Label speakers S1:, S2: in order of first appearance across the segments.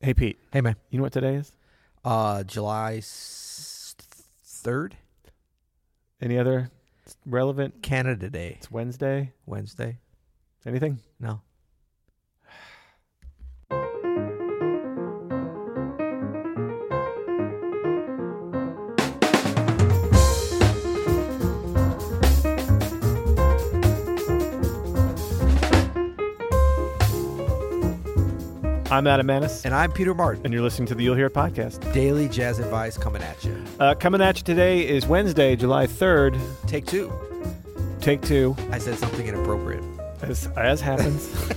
S1: Hey Pete,
S2: Hey man,
S1: you know what today is?
S2: uh, July third,
S1: Any other s- relevant?
S2: Canada Day,
S1: It's Wednesday.
S2: Wednesday.
S1: Anything?
S2: No,
S1: I'm Adam Manis,
S2: and I'm Peter Martin.
S1: and you're listening to the You'll Hear It podcast.
S2: Daily jazz advice coming at you.
S1: Uh, coming at you today is Wednesday, July 3rd.
S2: Take two.
S1: Take two,
S2: I said something inappropriate.
S1: as as happens.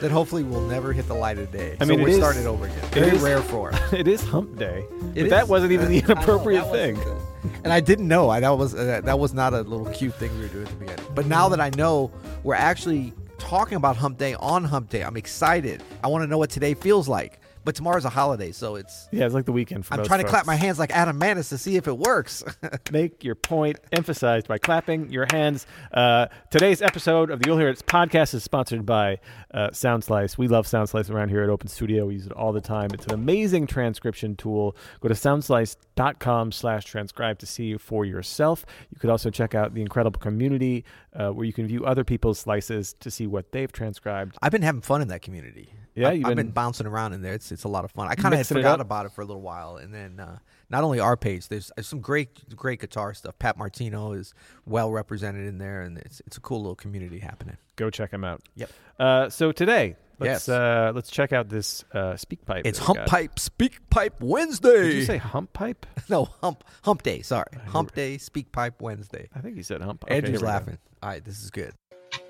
S2: That hopefully will never hit the light of day.
S1: I mean,
S2: so
S1: it
S2: we're
S1: is-
S2: starting over again.
S1: it
S2: Very
S1: is-
S2: rare for. us.
S1: it is Hump Day, but
S2: It
S1: that
S2: is. Uh,
S1: wasn't even the
S2: I know,
S1: inappropriate
S2: that
S1: thing.
S2: wasn't good. And I didn't know. I that was uh, that was not a little cute thing we were doing at the beginning. But now that I know, we're actually talking about Hump Day on Hump Day. I'm excited. I want to know what today feels like. But tomorrow's a holiday, so it's.
S1: Yeah, it's like the weekend for
S2: I'm
S1: most
S2: trying to clap
S1: folks.
S2: my hands like Adam Manis to see if it works.
S1: Make your point emphasized by clapping your hands. Uh, today's episode of the You'll Hear It podcast is sponsored by uh, SoundSlice. We love SoundSlice around here at Open Studio. We use it all the time. It's an amazing transcription tool. Go to soundslice.com slash transcribe to see for yourself. You could also check out the incredible community uh, where you can view other people's slices to see what they've transcribed.
S2: I've been having fun in that community.
S1: Yeah,
S2: I've,
S1: you've
S2: I've been,
S1: been-
S2: bouncing around in there. It's it's a lot of fun. I kind of had
S1: Mixing it up.
S2: forgot about it for a little while, and then uh, not only our page, there's, there's some great great guitar stuff. Pat Martino is well represented in there, and it's it's a cool little community happening.
S1: Go check them out.
S2: Yep.
S1: Uh, so today, let's,
S2: Yes.
S1: uh, let's check out this uh, speak pipe.
S2: It's
S1: that we
S2: Hump
S1: got.
S2: Pipe Speak Pipe
S1: Did you
S2: Wednesday.
S1: say hump pipe?
S2: no Hump Hump Day. Sorry, Hump Day Speak Pipe Wednesday.
S1: I think you said hump. Okay, here
S2: Andrew's
S1: we go.
S2: laughing. All right, this is good.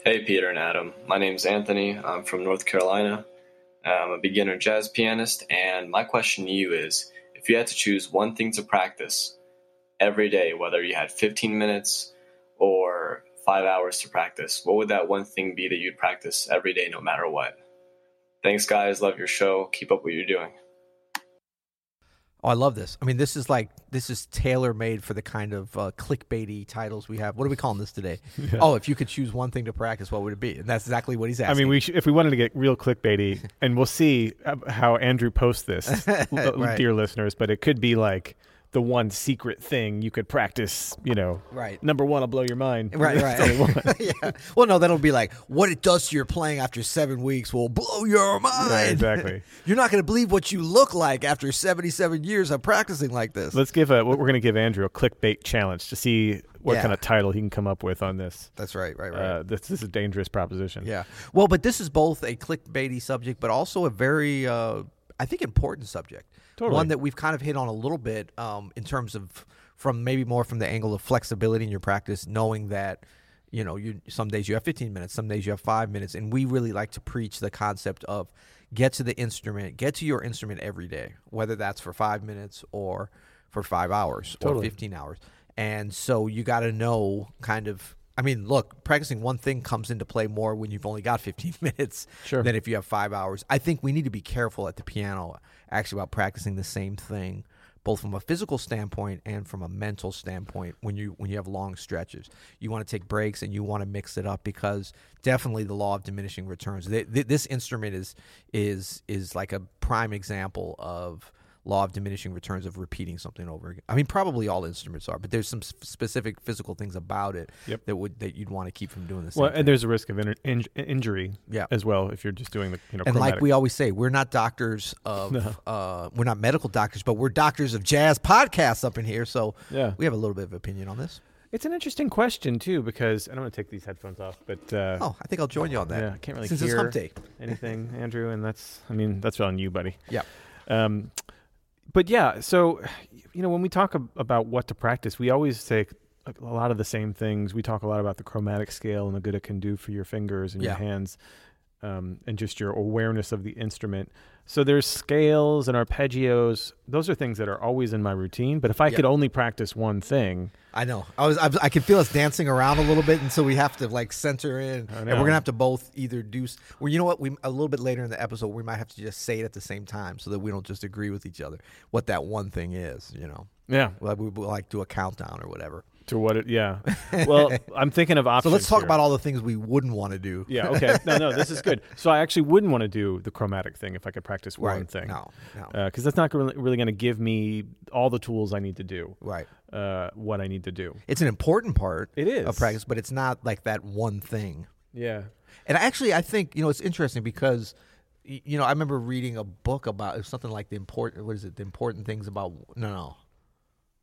S3: Hey, Peter and Adam. My name's Anthony. I'm from North Carolina. I'm a beginner jazz pianist, and my question to you is if you had to choose one thing to practice every day, whether you had 15 minutes or five hours to practice, what would that one thing be that you'd practice every day, no matter what? Thanks, guys. Love your show. Keep up what you're doing.
S2: Oh, I love this. I mean, this is like this is tailor made for the kind of uh, clickbaity titles we have. What are we calling this today? Oh, if you could choose one thing to practice, what would it be? And that's exactly what he's
S1: I
S2: asking.
S1: mean, we sh- if we wanted to get real clickbaity, and we'll see uh, how Andrew posts this, l-
S2: Right.
S1: dear listeners. But it could be like the one secret thing you could practice. You know,
S2: Right.
S1: Number one, will blow your mind.
S2: right,
S1: That's the only one.
S2: right. yeah. Well, no, that'll be like what it does to your playing after seven weeks will blow your mind.
S1: exactly.
S2: You're not going to believe what you look like after 77 years of practicing like this.
S1: Let's give a. We're going to give Andrew a clickbait challenge to see what
S2: Yeah.
S1: kind of title he can come up with on this.
S2: that's right, right, right.
S1: Uh, this, this is a dangerous proposition.
S2: Yeah. Well, but this is both a clickbaity subject, but also a very, uh, I think, important subject.
S1: Totally.
S2: One that we've kind of hit on a little bit um, in terms of from maybe more from the angle of flexibility in your practice, knowing that you know you some days you have 15 minutes, some days you have five minutes, and we really like to preach the concept of get to the instrument, get to your instrument every day, whether that's for five minutes or for five hours or 15 hours. And so you got to know kind of. I mean, look, practicing one thing comes into play more when you've only got 15 minutes
S1: Sure.
S2: than if you have five hours. I think we need to be careful at the piano, actually, about practicing the same thing, both from a physical standpoint and from a mental standpoint. When you when you have long stretches, you want to take breaks and you want to mix it up because definitely the law of diminishing returns. Th- th- this instrument is is is like a prime example of law of diminishing returns of repeating something over again. I mean, probably all instruments are, but there's some s- specific physical things about it
S1: Yep.
S2: that would that you'd want to keep from doing the same.
S1: Well,
S2: thing.
S1: and there's a risk of inter- inj- injury
S2: Yeah.
S1: as well if you're just doing the you know.
S2: And like
S1: chromatic.
S2: we always say, we're not doctors of, uh, we're not medical doctors, but we're doctors of jazz podcasts up in here. So
S1: Yeah.
S2: we have a little bit of opinion on this.
S1: it's an interesting question too because and I'm going to take these headphones off, but uh,
S2: Oh, I think I'll join you on that.
S1: Yeah, I can't really
S2: Since
S1: hear
S2: it's hump day.
S1: anything, Andrew, and that's I mean that's on you, buddy.
S2: Yeah.
S1: Um, but yeah, so you know when we talk ab- about what to practice, we always take a a lot of the same things. We talk a lot about the chromatic scale and the good it can do for your fingers and your
S2: Yeah.
S1: hands, um, and just your awareness of the instrument. So there's scales and arpeggios. Those are things that are always in my routine. But if I
S2: Yeah.
S1: could only practice one thing,
S2: I know. I was. I, was, I could feel us dancing around a little bit, and so we have to like center in, and
S1: know.
S2: we're gonna have to both either do. s- Well, you know what? We a little bit later in the episode, we might have to just say it at the same time, so that we don't just agree with each other what that one thing is. You know,
S1: yeah,
S2: like we we'll, like do a countdown or whatever.
S1: to what it yeah. Well, I'm thinking of
S2: So
S1: options.
S2: let's talk
S1: here.
S2: about all the things we wouldn't want to do.
S1: Yeah, okay. No, no, this is good. So I actually wouldn't want to do the chromatic thing if I could practice
S2: Right.
S1: one thing. Uh,
S2: No. No.
S1: Because that's not really, really going to give me all the tools I need to do
S2: right.
S1: uh, what I need to do.
S2: It's an important part
S1: It is.
S2: of practice, but it's not like that one thing.
S1: Yeah.
S2: And actually, I think you know it's interesting because y- you know I remember reading a book about it was something like the important what is it the important things about no no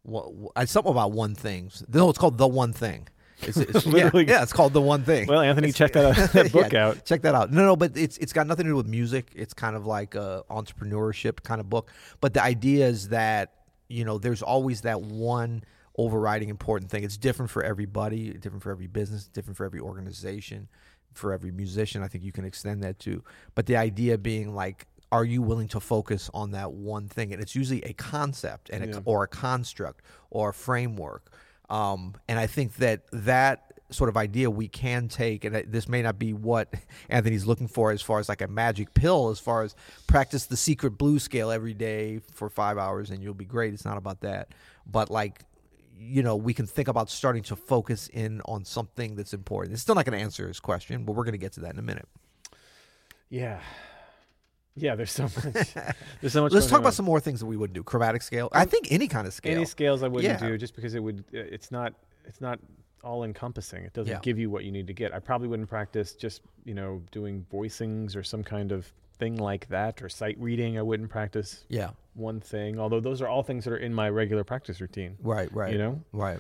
S2: what, what it's something about one thing no it's called the one thing it's, it's yeah,
S1: Literally.
S2: yeah, it's called the one thing
S1: Well, Anthony, check that, out, that book
S2: Yeah,
S1: out.
S2: check that out no no but it's it's got nothing to do with music it's kind of like a entrepreneurship kind of book but the idea is that you know there's always that one overriding important thing it's different for everybody different for every business different for every organization for every musician i think you can extend that too but the idea being like are you willing to focus on that one thing and it's usually a concept and a, or a construct or a framework um, and i think that that sort of idea we can take and this may not be what anthony's looking for as far as like a magic pill as far as practice the secret blue scale every day for five hours and you'll be great it's not about that but like you know we can think about starting to focus in on something that's important it's still not going to answer his question but we're going to get to that in a minute
S1: Yeah. Yeah, there's so much. There's so much.
S2: let's
S1: going
S2: talk
S1: on.
S2: about some more things that we wouldn't do chromatic scale i think any kind of scale
S1: any scales I wouldn't
S2: Yeah.
S1: do just because it would. uh, It's not. It's not all encompassing. It doesn't
S2: Yeah.
S1: give you what you need to get. I probably wouldn't practice just you know doing voicings or some kind of thing like that or sight reading. I wouldn't practice
S2: yeah
S1: one thing. Although those are all things that are in my regular practice routine.
S2: right right
S1: You know?
S2: right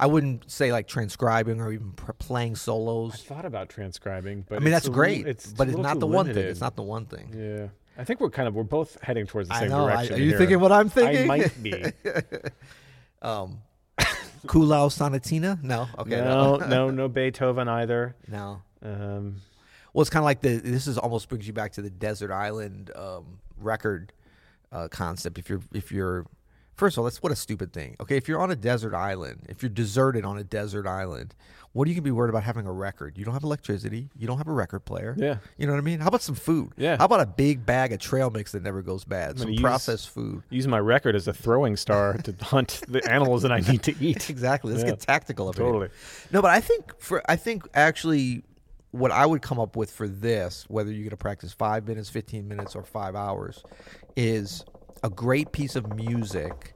S2: i wouldn't say like transcribing or even pr- playing solos
S1: I thought about transcribing, but
S2: I mean,
S1: it's
S2: that's
S1: a little-
S2: great,
S1: it's
S2: but
S1: a
S2: it's
S1: little
S2: not
S1: too
S2: the one thing.
S1: limited.
S2: It's not the one thing.
S1: Yeah. I think we're kind of we're both heading towards the
S2: I
S1: same
S2: know. I,
S1: direction.
S2: are you
S1: here.
S2: thinking what I'm thinking?
S1: I might be.
S2: Kulau Sonatina? No. Okay.
S1: no, no, no Beethoven either.
S2: No.
S1: Um,
S2: Well, it's kind of like the. This is almost brings you back to the desert island um, record uh, concept. If you're, if you're, first of all, that's what a stupid thing. Okay, if you're on a desert island, if you're deserted on a desert island, what are you gonna be worried about having a record? You don't have electricity. You don't have a record player.
S1: Yeah.
S2: You know what I mean? How about some food?
S1: Yeah.
S2: How about a big bag of trail mix that never goes bad?
S1: gonna
S2: Some
S1: use-
S2: processed food.
S1: use my record as a throwing star to hunt the animals that I need to eat.
S2: Exactly. Let's
S1: Yeah.
S2: get tactical about it.
S1: Totally.
S2: No, but I think for I think actually what I would come up with for this, whether you're going to practice five minutes, fifteen minutes, or five hours, is a great piece of music,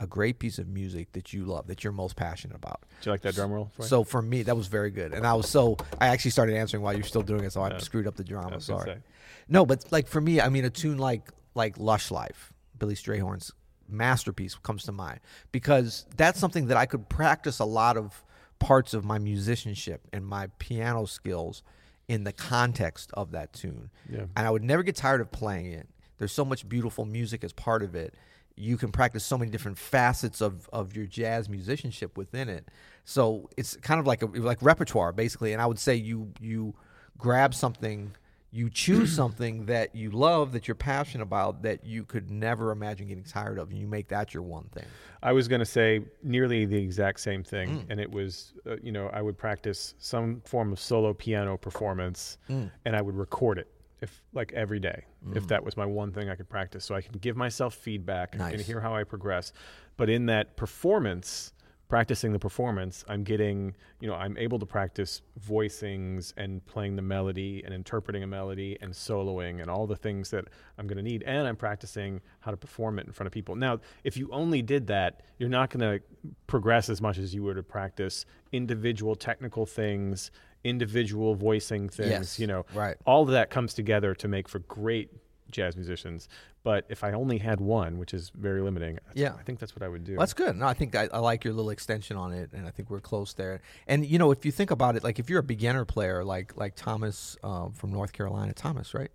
S2: a great piece of music that you love, that you're most passionate about.
S1: Did you like that drum roll? Troy?
S2: So for me, that was very good, and I was so I actually started answering while you're still doing it, so I screwed up the drama.
S1: was gonna
S2: Sorry.
S1: say.
S2: No, but like for me, I mean, a tune like like "Lush Life," Billy Strayhorn's masterpiece comes to mind because that's something that I could practice a lot of parts of my musicianship and my piano skills in the context of that tune,
S1: Yeah.
S2: and I would never get tired of playing it. There's so much beautiful music as part of it. You can practice so many different facets of, of your jazz musicianship within it. So it's kind of like a, like repertoire basically. And I would say you you grab something, you choose something that you love, that you're passionate about, that you could never imagine getting tired of, and you make that your one thing.
S1: I was going to say nearly the exact same thing, and it was, uh, you know, I would practice some form of solo piano performance, and I would record it if like every day, if that was my one thing I could practice, so I can give myself feedback and
S2: Nice.
S1: hear how I progress. But in that performance, practicing the performance, I'm getting, you know, I'm able to practice voicings and playing the melody and interpreting a melody and soloing and all the things that I'm going to need. And I'm practicing how to perform it in front of people. Now, if you only did that, you're not going to progress as much as you were to practice individual technical things, individual voicing things,
S2: Yes,
S1: you know,
S2: right.
S1: all of that comes together to make for great jazz musicians. But if I only had one, which is very limiting, that's-
S2: Yeah.
S1: I think that's what I would do.
S2: Well, that's good. No, I think I, I like your little extension on it, and I think we're close there. And you know, if you think about it, like if you're a beginner player, like like Thomas um, from North Carolina, Thomas, right?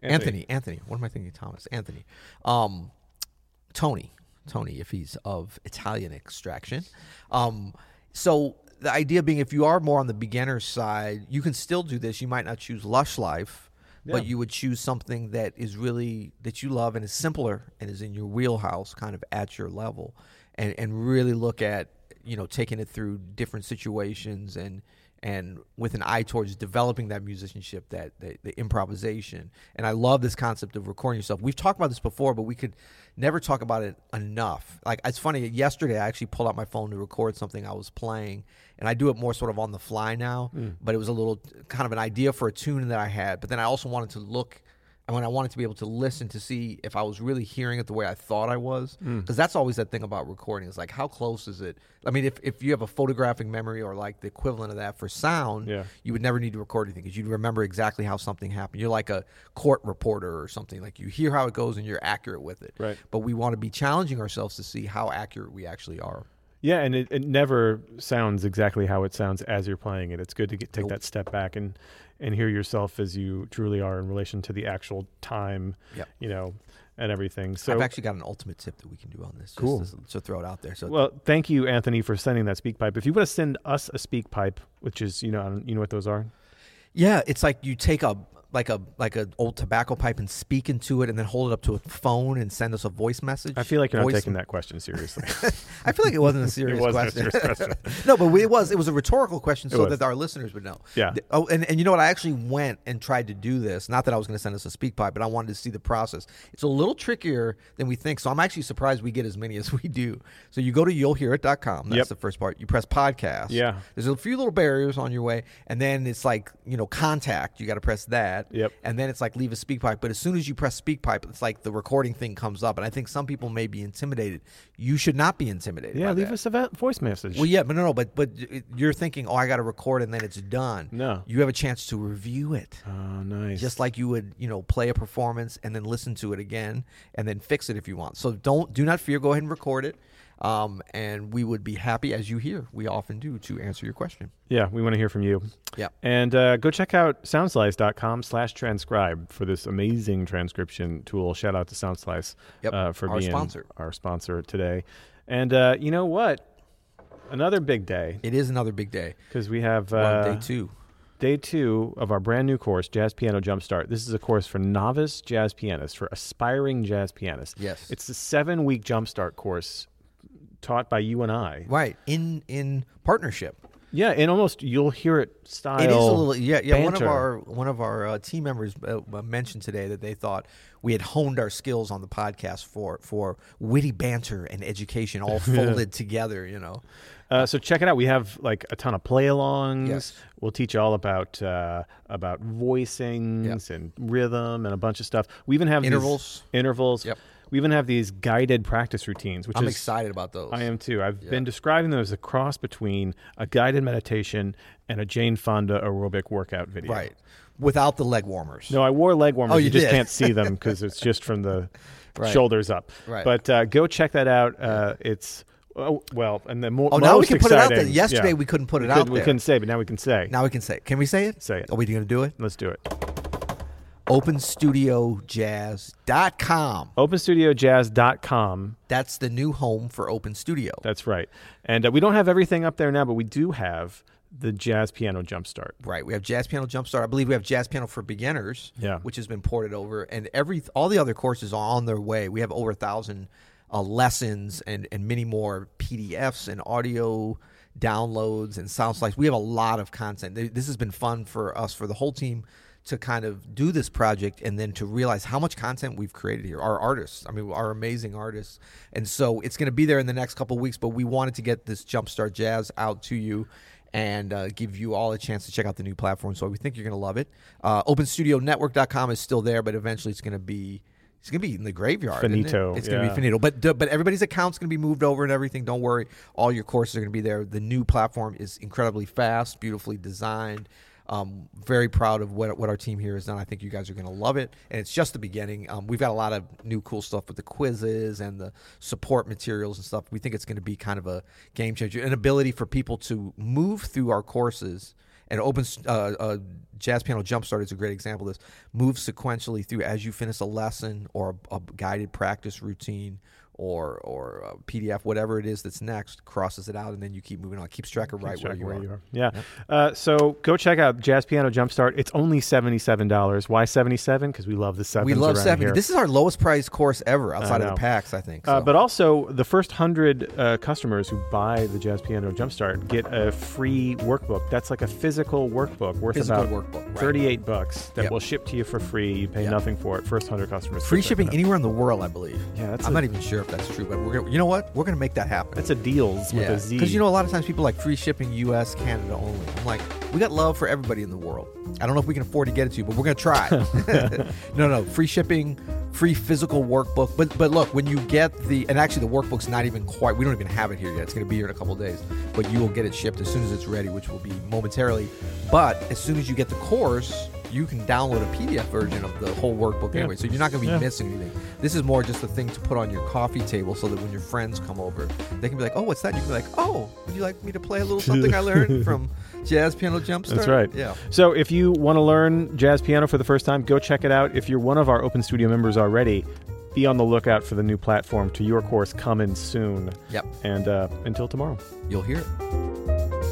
S2: Anthony. Anthony, What am I thinking? Thomas, Anthony, um, Tony, Tony, if he's of Italian extraction. Um, so the idea being, if you are more on the beginner side, you can still do this. You might not choose Lush Life, but you would choose something that is really that you love and is simpler and is in your wheelhouse, kind of at your level, and and really look at you know taking it through different situations and and with an eye towards developing that musicianship, that, that the improvisation. And I love this concept of recording yourself. We've talked about this before, but we could never talk about it enough. Like it's funny. Yesterday, I actually pulled out my phone to record something I was playing, and I do it more sort of on the fly now. But it was a little kind of an idea for a tune that I had, but then I also wanted to look. I mean, I wanted to be able to listen to see if I was really hearing it the way I thought I was,
S1: Hmm.
S2: because that's always that thing about recording is like how close is it? I mean, if, if you have a photographic memory or like the equivalent of that for sound,
S1: Yeah.
S2: you would never need to record anything because you'd remember exactly how something happened. You're like a court reporter or something. Like you hear how it goes and you're accurate with it.
S1: Right.
S2: But we want to be challenging ourselves to see how accurate we actually are.
S1: Yeah, and it, it never sounds exactly how it sounds as you're playing it. It's good to get, take that step back and and hear yourself as you truly are in relation to the actual time,
S2: Yep.
S1: you know, and everything. So
S2: I've actually got an ultimate tip that we can do on this.
S1: Cool.
S2: Just, just to throw it out there. So
S1: Well, thank you, Anthony, for sending that speak pipe. If you want to send us a speak pipe, which is you know I don't- you know what those are.
S2: Yeah, it's like you take a like a like an old tobacco pipe and speak into it, and then hold it up to a phone and send us a voice message.
S1: I feel like you're not
S2: Voice-
S1: taking that question seriously.
S2: I feel like it wasn't a serious
S1: wasn't
S2: question.
S1: a serious question.
S2: no, but we- it was it was a rhetorical question so
S1: was.
S2: that our listeners would know.
S1: Yeah.
S2: The- Oh, and, and you know what? I actually went and tried to do this. Not that I was going to send us a speak pipe, but I wanted to see the process. It's a little trickier than we think, so I'm actually surprised we get as many as we do. So you go to you'llhearit.com. That's
S1: Yep.
S2: the first part. You press podcast.
S1: Yeah.
S2: There's a few little barriers on your way, and then it's like you know contact. You got to press that.
S1: Yep.
S2: And then it's like leave a speak pipe. But as soon as you press speak pipe, it's like the recording thing comes up, and I think some people may be intimidated. You should not be intimidated.
S1: yeah,
S2: by
S1: leave
S2: that.
S1: us a va- voice message.
S2: Well, yeah, but no, no, but but it- you're thinking, oh, I got to record and then it's done.
S1: No.
S2: you have a chance to review it,
S1: oh, nice.
S2: just like you would, you know, play a performance and then listen to it again and then fix it if you want. So don't do not fear. Go ahead and record it, um, and we would be happy as you hear. We often do to answer your question.
S1: yeah, we want to hear from you.
S2: Yeah.
S1: And uh, go check out soundslice.com slash transcribe for this amazing transcription tool. Shout out to Soundslice
S2: Yep,
S1: uh, for
S2: our
S1: being
S2: sponsor.
S1: our sponsor today. And uh, you know what? Another big day
S2: It is another big day.
S1: because we have
S2: We're
S1: uh,
S2: on day two.
S1: Day two of our brand new course, Jazz Piano Jumpstart. This is a course for novice jazz pianists, for aspiring jazz pianists.
S2: Yes.
S1: It's a seven week jumpstart course taught by you and I.
S2: Right in in partnership.
S1: Yeah, and almost you'll hear it style.
S2: It is a little yeah yeah. One of
S1: banter.
S2: our one of our uh, team members uh, mentioned today that they thought we had honed our skills on the podcast for for witty banter and education all folded together. You know,
S1: Uh, so check it out. We have like a ton of play-alongs.
S2: Yes.
S1: We'll teach you all about uh, about voicings and rhythm and a bunch of stuff. We even have these
S2: Intervals.
S1: intervals.
S2: Yep.
S1: We even have these guided practice routines, which
S2: I'm
S1: is
S2: excited about those.
S1: I am too. I've been describing them as a cross between a guided meditation and a Jane Fonda aerobic workout video.
S2: right without the leg warmers.
S1: No, I wore leg warmers.
S2: Oh,
S1: you
S2: you
S1: just
S2: did.
S1: can't see them because it's just from the
S2: Right.
S1: shoulders up.
S2: Right.
S1: But uh, go check that out. Uh, it's oh, well, and the more
S2: Oh, now we
S1: most
S2: can put it out there.
S1: exciting-
S2: Yesterday
S1: yeah.
S2: we couldn't put it
S1: could-
S2: out
S1: We
S2: there.
S1: couldn't say, but now we can say.
S2: Now we can say. it. Can we say it?
S1: Say it.
S2: Are we going to do it?
S1: Let's do it. Oh.
S2: OpenStudioJazz.com.
S1: OpenStudioJazz.com.
S2: That's the new home for Open Studio.
S1: That's right. And uh, we don't have everything up there now, but we do have the jazz piano jumpstart.
S2: Right. We have Jazz Piano Jumpstart. I believe we have Jazz Piano for Beginners,
S1: Yeah.
S2: which has been ported over, and every all the other courses are on their way. We have over a thousand uh, lessons and and many more PDFs and audio downloads and sound slides. We have a lot of content. Th- This has been fun for us for the whole team to kind of do this project and then to realize how much content we've created here our artists i mean our amazing artists and so it's going to be there in the next couple weeks but we wanted to get this jumpstart jazz out to you and uh, give you all a chance to check out the new platform. So we think you're going to love it. Uh, OpenStudioNetwork.com is still there, but eventually it's going to be it's going to be in the graveyard. isn't it?
S1: Finito,
S2: It's going to
S1: yeah.
S2: be finito. But but everybody's account's going to be moved over and everything. Don't worry. All your courses are going to be there. The new platform is incredibly fast, beautifully designed. Um, very proud of what, what our team here has done. I think you guys are going to love it, and it's just the beginning. Um, we've got a lot of new cool stuff with the quizzes and the support materials and stuff. We think it's going to be kind of a game changer, an ability for people to move through our courses. And open uh, uh, jazz piano jumpstart is a great example of this. Move sequentially through as you finish a lesson or a, a guided practice routine or or uh, PDF, whatever it is that's next, crosses it out, and then you keep moving on. It keeps track of right where
S1: Check
S2: you
S1: where
S2: are.
S1: you are. Yeah. Uh, so go check out Jazz Piano Jumpstart. It's only seventy-seven dollars. Why seventy-seven? Because we love the sevens.
S2: We love
S1: around
S2: seventy.
S1: here.
S2: This is our lowest price course ever outside of
S1: know.
S2: the packs, I think.
S1: Uh,
S2: so.
S1: but also, the first hundred uh, customers who buy the Jazz Piano Jumpstart get a free workbook. That's like a physical workbook worth
S2: Physical
S1: about
S2: workbook, right.
S1: thirty-eight bucks that
S2: Yep.
S1: will ship to you for free. You pay
S2: Yep.
S1: nothing for it. First hundred customers.
S2: free
S1: get that
S2: shipping
S1: kind of-
S2: anywhere in the world, I believe.
S1: Yeah, that's
S2: I'm
S1: a-
S2: not even sure if that's true, but we're gonna, you know what? We're gonna make that happen.
S1: That's a deals with a Z.
S2: Because you know, a lot of times people like free shipping U.S., Canada only. I'm like, we got love for everybody in the world. I don't know if we can afford to get it to you, but we're gonna try. no, no, free shipping, free physical workbook. But but look, when you get the and actually the workbook's not even quite. We don't even have it here yet. It's gonna be here in a couple days, but you will get it shipped as soon as it's ready, which will be momentarily. But as soon as you get the course. You can download a PDF version of the whole workbook
S1: Yeah.
S2: anyway, so you're not going to be
S1: Yeah.
S2: missing anything. This is more just a thing to put on your coffee table so that when your friends come over, they can be like, "Oh, what's that?" You can be like, "Oh, would you like me to play a little something I learned from jazz piano jumpstart?"
S1: That's right.
S2: Yeah.
S1: So if you want to learn jazz piano for the first time, go check it out. If you're one of our Open Studio members already, be on the lookout for the new platform to your course coming soon.
S2: Yep.
S1: And uh, until tomorrow.
S2: You'll hear it.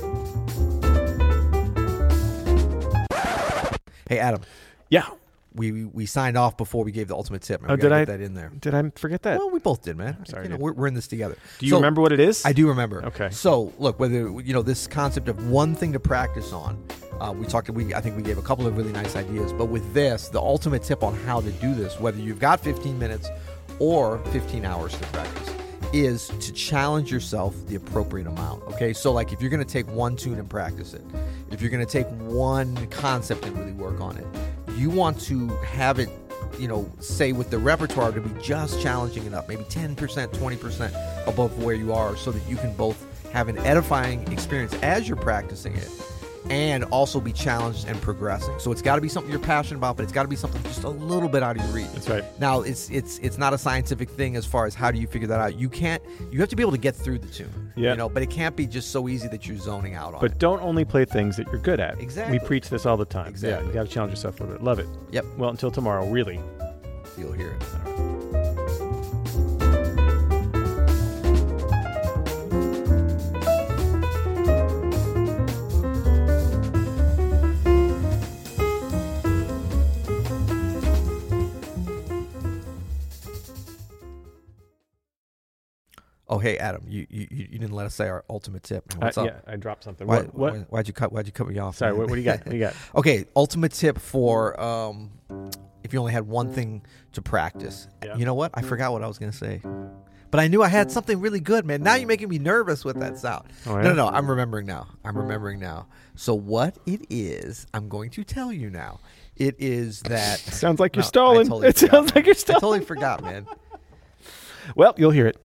S2: Hey, Adam,
S1: Yeah.
S2: we we- we signed off before we gave the ultimate tip. Man. We
S1: Oh,
S2: gotta
S1: did I-
S2: get that in there?
S1: Did I forget that?
S2: Well, we both did, man.
S1: sorry,
S2: You know,
S1: dude.
S2: we're, we're in this together.
S1: Do you
S2: So-
S1: remember what it is?
S2: I do remember.
S1: Okay.
S2: So look, whether you know this concept of one thing to practice on, uh, we talked. We I think we gave a couple of really nice ideas, but with this, the ultimate tip on how to do this, whether you've got 15 minutes or 15 hours to practice, is to challenge yourself the appropriate amount. Okay. So like, if you're going to take one tune and practice it, if you're going to take one concept and really work on it, you want to have it you know, say with the repertoire to be just challenging enough, maybe 10%, 20% above where you are, so that you can both have an edifying experience as you're practicing it and also be challenged and progressing. So it's got to be something you're passionate about, but it's got to be something just a little bit out of your reach.
S1: That's right.
S2: Now, it's it's it's not a scientific thing as far as how do you figure that out. You can't you have to be able to get through the tune,
S1: Yeah.
S2: you know, but it can't be just so easy that you're zoning out on it.
S1: But don't only play things that you're good at.
S2: Exactly.
S1: We preach this all the time. Yeah,
S2: Exactly.
S1: you got to challenge yourself a little bit. Love it.
S2: Yep.
S1: Well, until tomorrow, really.
S2: You'll hear it. Oh, hey, Adam, you, you, you you didn't let us say our ultimate tip. man. What's
S1: I,
S2: up?
S1: Uh, Yeah, I dropped something.
S2: Why,
S1: what? What?
S2: why- Why'd you cut? Why'd you cut me off?
S1: Sorry.
S2: man?
S1: What, what do you got? What do you got?
S2: Okay, ultimate tip for um, if you only had one thing to practice.
S1: Yeah.
S2: You know what? I forgot what I was gonna say, but I knew I had something really good, man. Now you're making me nervous with that sound.
S1: Oh, yeah?
S2: No, no, no. I'm remembering now. I'm remembering now. So what it is, I'm going to tell you now. It is that
S1: Sounds like you're
S2: No, I
S1: stalling.
S2: totally
S1: it
S2: forgot, man.
S1: sounds like you're
S2: I
S1: stalling.
S2: totally forgot, man.
S1: Well, you'll hear it.